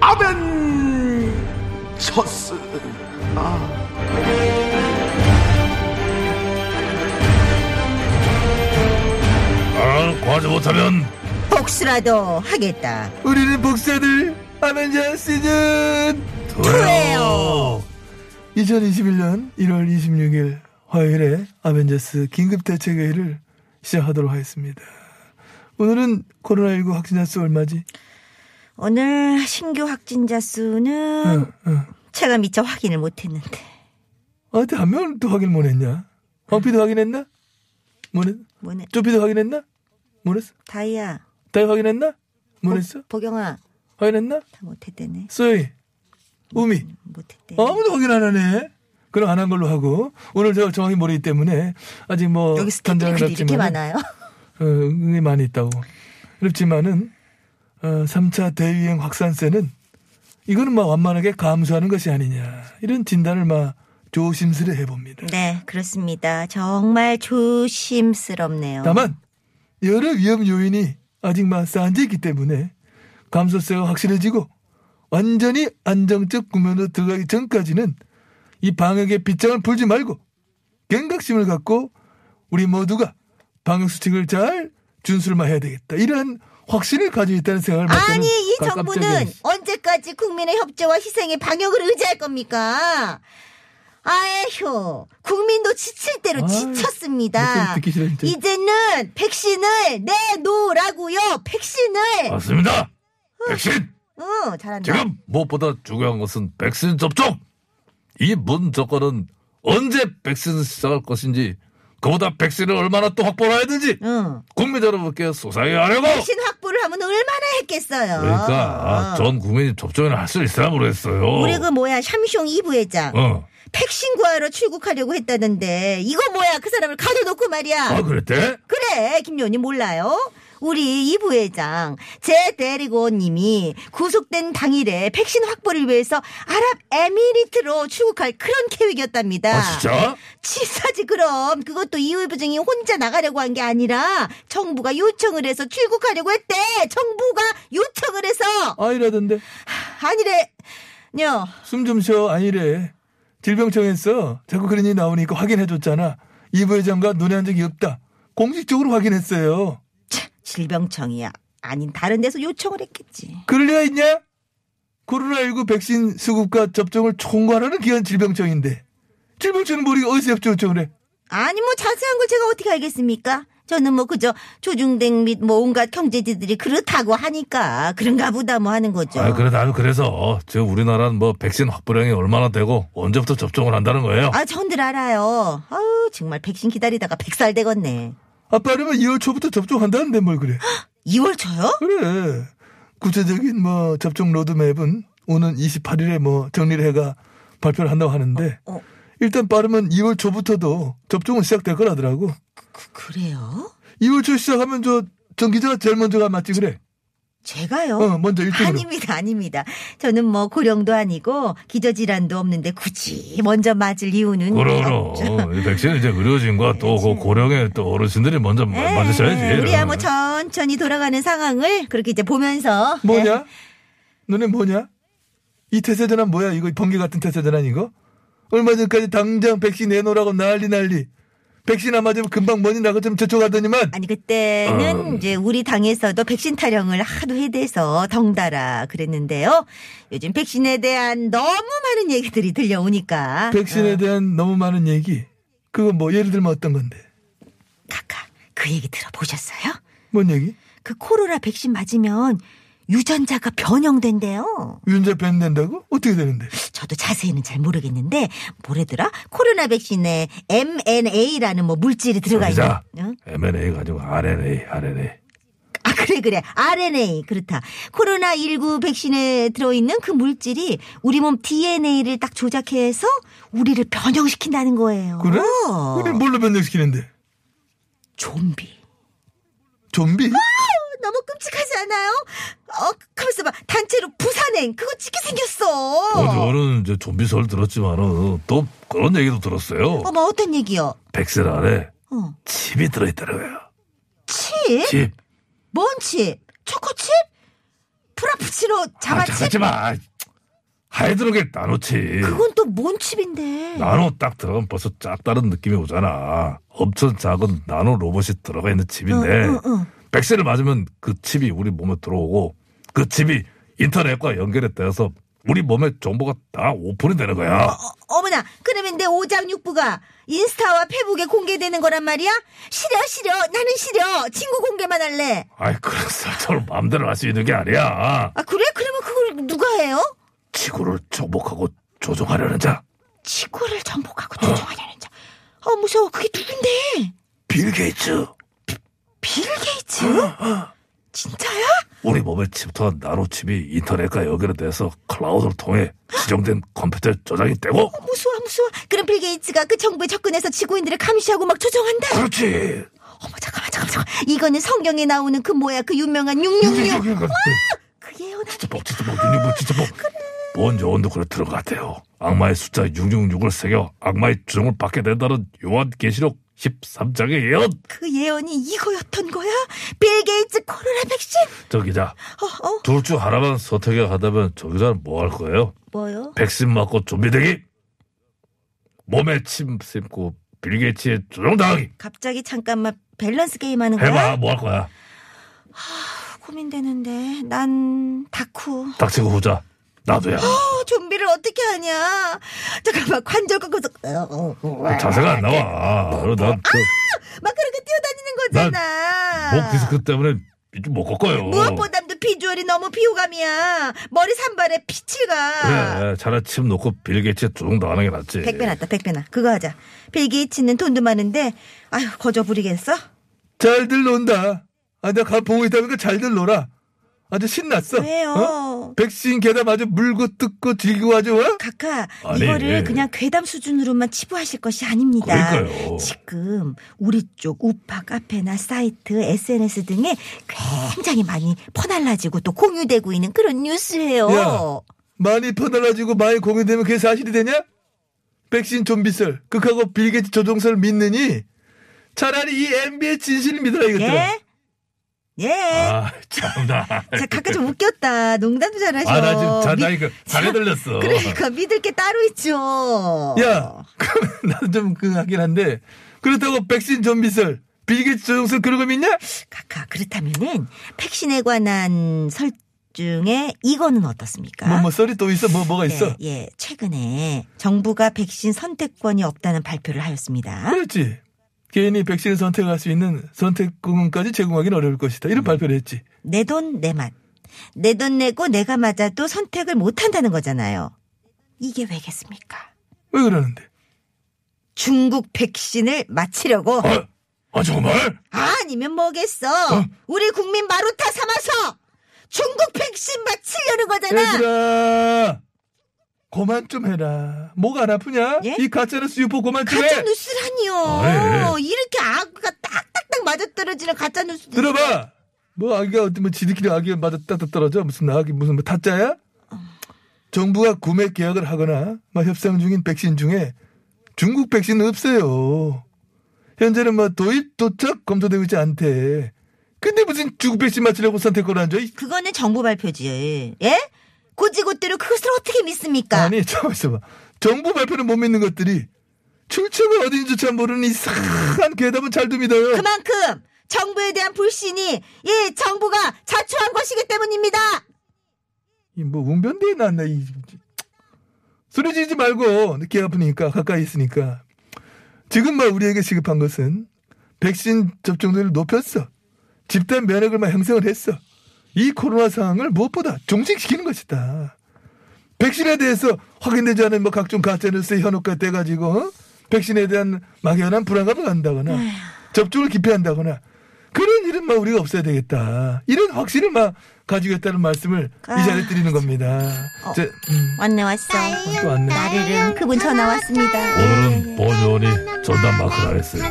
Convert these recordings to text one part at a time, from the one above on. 아벤처스. 아, 과제 못하면 복수라도 하겠다. 우리는 복사들 아벤져 시즌 돼요. 2021년 1월 26일 화요일에 아벤져스 긴급대책회의를 시작하도록 하겠습니다. 오늘은 코로나19 확진자 수 얼마지? 오늘 신규 확진자 수는 응, 응. 제가 미처 확인을 못했는데 아, 근데 한 명은 또 확인 못 했냐? 황피도 확인했나? 못 했, 뭐네 쪼피도 확인했나? 못 했어? 다이야 다이 확인했나? 못 했어? 복, 영아 확인했나? 다 못했대네 쏘이, 우미. 못했대 아무도 확인 안 하네. 그럼 안 한 걸로 하고 오늘 제가 정확히 모르기 때문에 아직 뭐 여기 스태프들이 단정은 근데 이렇게 없지만은, 많아요 어, 응이 많이 있다고. 그렇지만은 어, 3차 대유행 확산세는 이거는 막 완만하게 감수하는 것이 아니냐 이런 진단을 막 조심스레 해봅니다. 네 그렇습니다 정말 조심스럽네요 다만 여러 위험 요인이 아직 막 쌓여져 있기 때문에 감소세가 확실해지고 완전히 안정적 국면으로 들어가기 전까지는 이 방역의 빗장을 풀지 말고 경각심을 갖고 우리 모두가 방역 수칙을 잘 준수를만 해야 되겠다. 이런 확신을 가지고 있다는 생각을 맡고는 아니 이 깜- 깜짝이야. 정부는 언제까지 국민의 협조와 희생에 방역을 의지할 겁니까 아휴 국민도 지칠 대로 아이, 목소리 지쳤습니다 듣기 싫어, 진짜. 이제는 백신을 내놓으라고요 백신을 맞습니다. 아, 백신 응 잘한다 지금 무엇보다 중요한 것은 백신 접종. 이 문 정권은 언제 백신을 시작할 것인지 그보다 백신을 얼마나 또 확보를 해야 되는지 응. 국민 여러분께 소상해하려고 백신 확보를 하면 얼마나 했겠어요. 그러니까 아, 전 국민이 접종을 할 수 있으라 모르겠어요. 우리 그 뭐야 샴숑 이 부회장 어. 백신 구하러 출국하려고 했다는데 이거 뭐야 그 사람을 가둬놓고 말이야. 아 그랬대? 그래 김요님 몰라요? 우리 이 부회장 제 대리고님이 구속된 당일에 백신 확보를 위해서 아랍에미리트로 출국할 그런 계획이었답니다. 아 진짜? 치사지 그럼 그것도 이 의부증이 혼자 나가려고 한 게 아니라 정부가 요청을 해서 출국하려고 했대 정부가 요청을 해서 아니라던데 아니래요 숨 좀 쉬어 아니래 질병청에서 자꾸 그런 일이 나오니까 확인해줬잖아 이 부회장과 논의한 적이 없다 공식적으로 확인했어요 질병청이야 아닌 다른 데서 요청을 했겠지 그럴 리가 있냐? 코로나19 백신 수급과 접종을 총괄하는 기관 질병청인데 질병청은 머리 어디서 협조 요청을 해? 아니 뭐 자세한 걸 제가 어떻게 알겠습니까 저는 뭐 그저 조중댁 및 뭐 온갖 경제지들이 그렇다고 하니까 그런가 보다 뭐 하는 거죠 아 그래 나는 그래서 지금 우리나라는 뭐 백신 확보량이 얼마나 되고 언제부터 접종을 한다는 거예요. 아 전들 알아요 아유 정말 백신 기다리다가 백살 되겠네 아빠라면 2월 초부터 접종한다는데 뭘 그래 2월 초요? 그래 구체적인 뭐 접종 로드맵은 오는 28일에 뭐 정리를 해가 발표를 한다고 하는데 어, 어. 일단 빠르면 2월 초부터도 접종은 시작될 거라더라고 그, 그래요? 2월 초 시작하면 저, 전 기자가 제일 먼저 가 맞지 그래? 제가요? 어, 먼저 1등으로. 아닙니다, 아닙니다. 저는 뭐 고령도 아니고 기저질환도 없는데 굳이 먼저 맞을 이유는 그러로 어, 이 백신 이제 의료진과 또 그 고령의 또 어르신들이 먼저 예, 마- 맞으셔야지. 우리야 뭐 천천히 돌아가는 상황을 그렇게 이제 보면서 예. 뭐냐? 너네 뭐냐? 이 태세전환 뭐야? 이거 번개 같은 태세전환 이거? 얼마 전까지 당장 백신 내놓으라고 난리 난리. 백신 안 맞으면 금방 먼지 나고좀 저촉하더니만. 아니 어. 그때는 이제 우리 당에서도 백신 타령을 하도 해대서 덩달아 그랬는데요. 요즘 백신에 대한 너무 많은 얘기들이 들려오니까 백신에 대한 너무 많은 얘기. 그거 뭐 예를 들면 어떤 건데? 카카 그 얘기 들어보셨어요? 뭔 얘기? 그 코로나 백신 맞으면 유전자가 변형된대요. 유전자 변된다고? 어떻게 되는데? 저도 자세히는 잘 모르겠는데 뭐래더라? 코로나 백신에 mNA라는 뭐 물질이 들어가 있는. 자 응? M&A 가지고 RNA, RNA. 아, 그래, 그래. RNA. 그렇다. 코로나19 백신에 들어있는 그 물질이 우리 몸 DNA를 딱 조작해서 우리를 변형시킨다는 거예요. 그래? 어. 그래 뭘로 변경시키는데? 좀비. 좀비? 어. 너무 끔찍하지 않아요? 어, 가만있어 봐. 단체로 부산행. 그거 찍게 생겼어. 어, 저는 이제 좀비설 들었지만은 또 그런 얘기도 들었어요. 어머, 어떤 얘기요? 백신 안에 어. 칩이 들어있더라고요. 칩? 칩. 뭔 칩? 초코칩? 프라푸치노 아, 자바칩? 잠깐지 마. 하이드로겔 나노칩. 그건 또 뭔 칩인데? 나노 딱 들어가면 벌써 짝 다른 느낌이 오잖아. 엄청 작은 나노 로봇이 들어가 있는 칩인데 응, 응, 응. 백신을 맞으면 그 칩이 우리 몸에 들어오고 그 칩이 인터넷과 연결이 되어서 우리 몸의 정보가 다 오픈이 되는 거야. 어, 머나 그러면 내 오장육부가 인스타와 페북에 공개되는 거란 말이야? 싫어, 싫어. 나는 싫어. 친구 공개만 할래. 아이 그래서 저를 마음대로 할 수 있는 게 아니야. 아, 그래? 그러면 그걸 누가 해요? 지구를 정복하고 조종하려는 자. 지구를 정복하고 조종하려는 자. 어, 무서워. 그게 누군데? 빌 게이츠. 빌 게이츠? 어. 진짜야? 우리 몸에 침투한 나노칩이 인터넷과 연결돼서 클라우드를 통해 지정된 컴퓨터에 저장이 되고 무서워, 무서워. 그럼 빌 게이츠가 그 정부에 접근해서 지구인들을 감시하고 막 조종한다? 그렇지. 어머, 잠깐만, 잠깐만, 잠깐만. 이거는 성경에 나오는 그 뭐야, 그 유명한 666. 그 예언한 뭐, 복 진짜 뭐. 복 윤유부 진짜 복. 뭔 여원도 그래 들은 것 같아요. 악마의 숫자 666을 새겨 악마의 주정을 받게 된다는 요한 계시록 13장의 예언. 그 예언이 이거였던 거야? 빌 게이츠 코로나 백신? 저 기자, 어, 어, 둘 중 하나만 선택해 가다면 저 기자는 뭐 할 거예요? 뭐요? 백신 맞고 좀비 되기? 몸에 침 씹고 빌게이츠의 조종당하기? 갑자기 잠깐만 밸런스 게임 하는 거야? 해봐, 뭐 할 거야? 고민되는데. 난 다쿠. 닥치고 보자. 나도야. 어, 좀비를 어떻게 하냐? 잠깐만, 관절 꺾어서. 어, 어, 어. 아, 자세가 안 나와. 그 난목 막 그렇게 뛰어다니는 거잖아. 디스크 때문에 좀 못 꺾어요. 무엇보다도 비주얼이 너무 비호감이야. 머리 산발에 피칠가. 그래, 예, 차라리 침 놓고 빌게이츠 조종 당하는 게 낫지. 백배 났다, 백배 나. 그거 하자. 빌 게이츠는 돈도 많은데, 아유, 거저 부리겠어? 잘들 논다. 아, 내가 가- 보고 있다니까 잘들 놀아. 아주 신났어. 왜요? 어? 백신 개담 아주 물고 뜯고 즐기고 아주 어? 각하 아니, 이거를 예. 그냥 괴담 수준으로만 치부하실 것이 아닙니다. 그러니까요. 지금 우리 쪽 우파 카페나 사이트, SNS 등에 굉장히 많이 퍼날라지고 또 공유되고 있는 그런 뉴스예요. 야. 많이 퍼달라지고 많이 공유되면 그게 사실이 되냐? 백신 좀비설 극하고 빌게이츠 조종설 믿느니 차라리 이 NBA의 진실을 믿어라 이것들아. 예? 예. 아, 참나. 자, 각하 좀 웃겼다. 농담도 잘하셔. 아, 나 지금 자, 나 미- 그 이거 잘해 들렸어. 그러니까 믿을 게 따로 있죠. 야, 어. 그러면 나는 좀 그하긴 한데 그렇다고 백신 좀비설 빌게이츠 조종설 그런 거 믿냐? 각하 그렇다면은 백신에 관한 설 중에 이거는 어떻습니까? 뭐뭐 썰이 또 있어 뭐 뭐가 있어? 예, 예, 최근에 정부가 백신 선택권이 없다는 발표를 하였습니다. 그렇지. 개인이 백신을 선택할 수 있는 선택권까지 제공하기는 어려울 것이다. 음. 이런 발표를 했지. 내 돈 내 맛. 내 돈 내고 내가 맞아도 선택을 못 한다는 거잖아요. 이게 왜겠습니까? 왜 그러는데? 중국 백신을 맞히려고 아, 아, 정말? 아니면 뭐겠어? 우리 국민 마루타 삼아서 중국 백신 맞히려는 거잖아. 얘들아, 그만 좀 해라. 목 안 아프냐? 예? 이 가짜뉴스 유포 그만 좀 해. 가짜 뉴스라니요. 아, 이렇게 아구가 딱딱딱 맞아떨어지는 가짜 뉴스. 들어봐. 뭐 아기가 어떤 뭐 지들끼리 아기가 맞아 따다 떨어져 무슨 아기 무슨 뭐 타짜야? 정부가 구매 계약을 하거나 막 협상 중인 백신 중에 중국 백신은 없어요. 현재는 뭐 도입 도착 검토되고 있지 않대. 근데 무슨 중국 백신 맞추려고 선택권을 안 줘? 이- 그거는 정부 발표지. 예? 고지고대로 그것을 어떻게 믿습니까? 아니 잠깐 있어봐. 정부 발표를 못 믿는 것들이 출처가 어딘지조차 모르는 이상한 괴담은 잘도 믿어요. 그만큼 정부에 대한 불신이 이 정부가 자초한 것이기 때문입니다. 이 뭐 웅변대에 났나 이 소리 지르지 말고 늦게 아프니까 가까이 있으니까 지금 막 우리에게 시급한 것은 백신 접종률을 높였어 집단 면역을 막 형성을 했어 이 코로나 상황을 무엇보다 종식시키는 것이다 백신에 대해서 확인되지 않은 뭐 각종 가짜뉴스에 현혹가 돼가지고 어? 백신에 대한 막연한 불안감을 갖는다거나 접종을 기피한다거나 그런 일은 인마 우리가 없어야 되겠다. 이런 확신을 막 가지겠다는 말씀을 이 자리에 드리는 겁니다. 아, 어. 제, 음, 왔네 왔어. 또 왔네. 나르릉 그분 전화 왔습니다. 오늘은 본의원이 전담 마크를 했어요.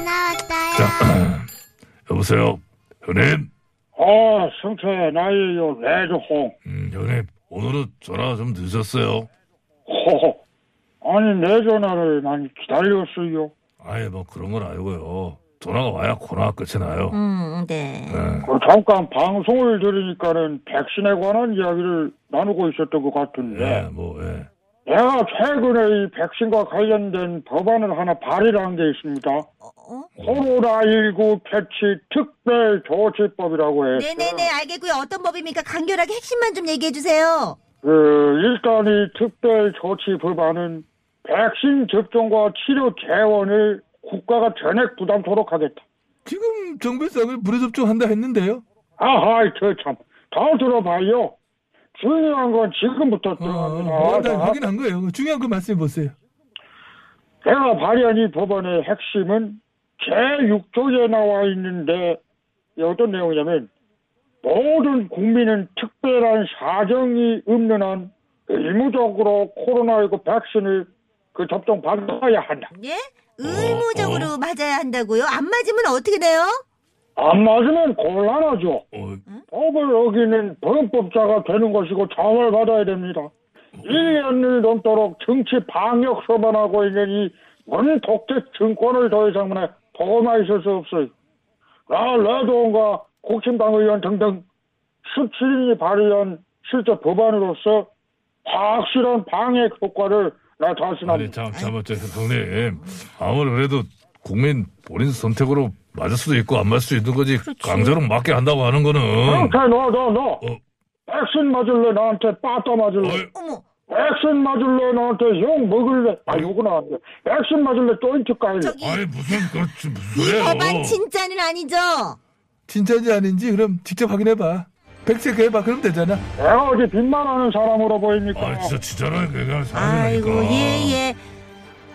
자, 여보세요, 형님. 아, 성태야, 나예요, 레드홍. 음, 형님, 오늘은 전화 좀 늦었어요. 호호. 아니, 내 전화를 많이 기다렸어요. 아예 뭐 그런 건 아니고요. 전화가 와야 코너가 끝이 나요. 음, 네. 예. 그 잠깐 방송을 들으니까는 백신에 관한 이야기를 나누고 있었던 것 예, 같은데, 뭐, 예. 내가 최근에 이 백신과 관련된 법안을 하나 발의를 한 게 있습니다. 어, 코로나19 패치 특별 조치법이라고 해서. 네네네 알겠고요. 어떤 법입니까? 간결하게 핵심만 좀 얘기해 주세요. 그 일단 이 특별 조치 법안은 백신 접종과 치료 재원을 국가가 전액 부담토록 하겠다. 지금 정배상을 무료 접종한다 했는데요. 아하, 저참. 다 들어봐요. 중요한 건 지금부터 어, 들어갑니다. 어, 나 자, 확인한 거예요. 중요한 거 말씀해 보세요. 내가 발의한 이 법안의 핵심은 제6조에 나와 있는데 이게 어떤 내용이냐면 모든 국민은 특별한 사정이 없는 한 의무적으로 코로나19 백신을 그 접종 받아야 한다. 예? 어, 의무적으로 맞아야 한다고요? 안 맞으면 어떻게 돼요? 안 맞으면 곤란하죠. 어, 법을 어기는 범법자가 되는 것이고 처벌 받아야 됩니다. 1년을 넘도록 정치 방역 소반하고 있는 이 원독재 증권을 더 이상 만에 도움아 있을 수 없어요. 나 레드온과 국힘당 의원 등등 17인이 발의한 실제 법안으로서 확실한 방역 효과를 아니, 나타났습니다. 참, 참, 저 형님. 아무리 그래도 국민 본인 선택으로 맞을 수도 있고 안 맞을 수도 있는 거지. 그렇죠. 강제로 맞게 한다고 하는 거는. 그- 형태 너너 너 음. 어. 백신 맞을래 나한테 빠따 맞을래 어이, 어머, 액션 맞을래 나한테 욕 먹을래 아 욕은 안 돼. 액션 맞을래 조인트 까일래 저기 아니, 무슨, 그렇지, 무슨. 이 소리예요. 어. 법안 아, 진짜는 아니죠? 진짜인지 아닌지 그럼 직접 확인해 봐. 백색해 봐. 그럼 되잖아. 내가 어디 빚만 하는 사람으로 보입니까 아, 진짜, 진짜로 그냥 사람이니까. 아이고 예예.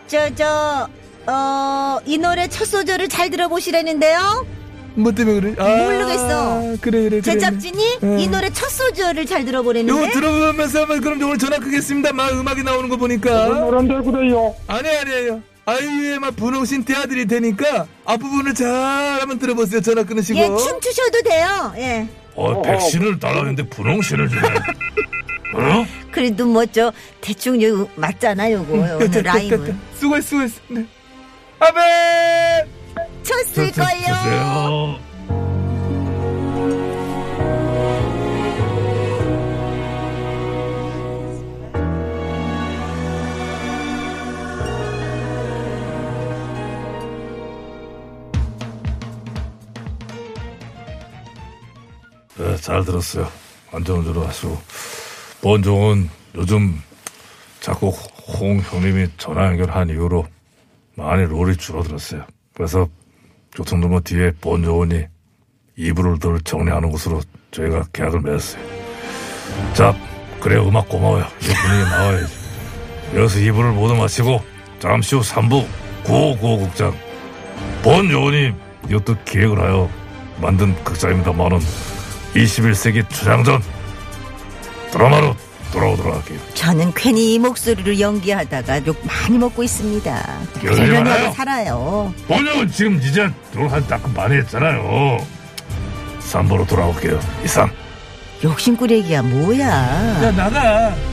저저 어, 이 노래 첫 소절을 잘 들어보시라는데요. 뭐 때문에 그래? 아, 모르겠어. 그래 그래. 제작진이 음. 이 노래 첫 소절을 잘 이거 들어보라는데. 들어보면서 한번 그럼 오늘 전화 끄겠습니다. 막 음악이 나오는 거 보니까. 그런데 그래요 아니 아니에요. 아이유의 막 분홍신 태아들이 되니까 앞부분을 잘 한번 들어보세요. 전화 끊으시고. 예, 춤추셔도 돼요. 예. 어, 백신을 달라는데 분홍신을 주네. 어? 그래도 뭐 저 대충 요 맞잖아 요거 오늘 라임은 수고했어 수고했어. 네. 아베. 음. 쳤을 거예요. 주세요. 네, 잘 들었어요. 안전운전을 하시고. 본종은 요즘 자꾸 홍 형님이 전화 연결한 이후로 많이 롤이 줄어들었어요. 그래서 교통정보 뒤에 본조원이 이불을 덜 정리하는 곳으로 저희가 계약을 맺었어요. 자, 그래 음악 고마워요. 이제 분위기 나와야지. 여기서 이불을 모두 마치고 잠시 후 3부 구호구호극장 본조원이 이것도 기획을 하여 만든 극장입니다만은 21세기 초장전 드라마로 돌아오도록 할게요. 저는 괜히 이 목소리를 연기하다가 욕 많이 먹고 있습니다. 열지 말아요. 그러려고 살아요. 본영은 지금 이제 롤한 따끔 많이 했잖아요. 3부로 돌아올게요. 이상. 욕심꾸레기야 뭐야. 야 나가.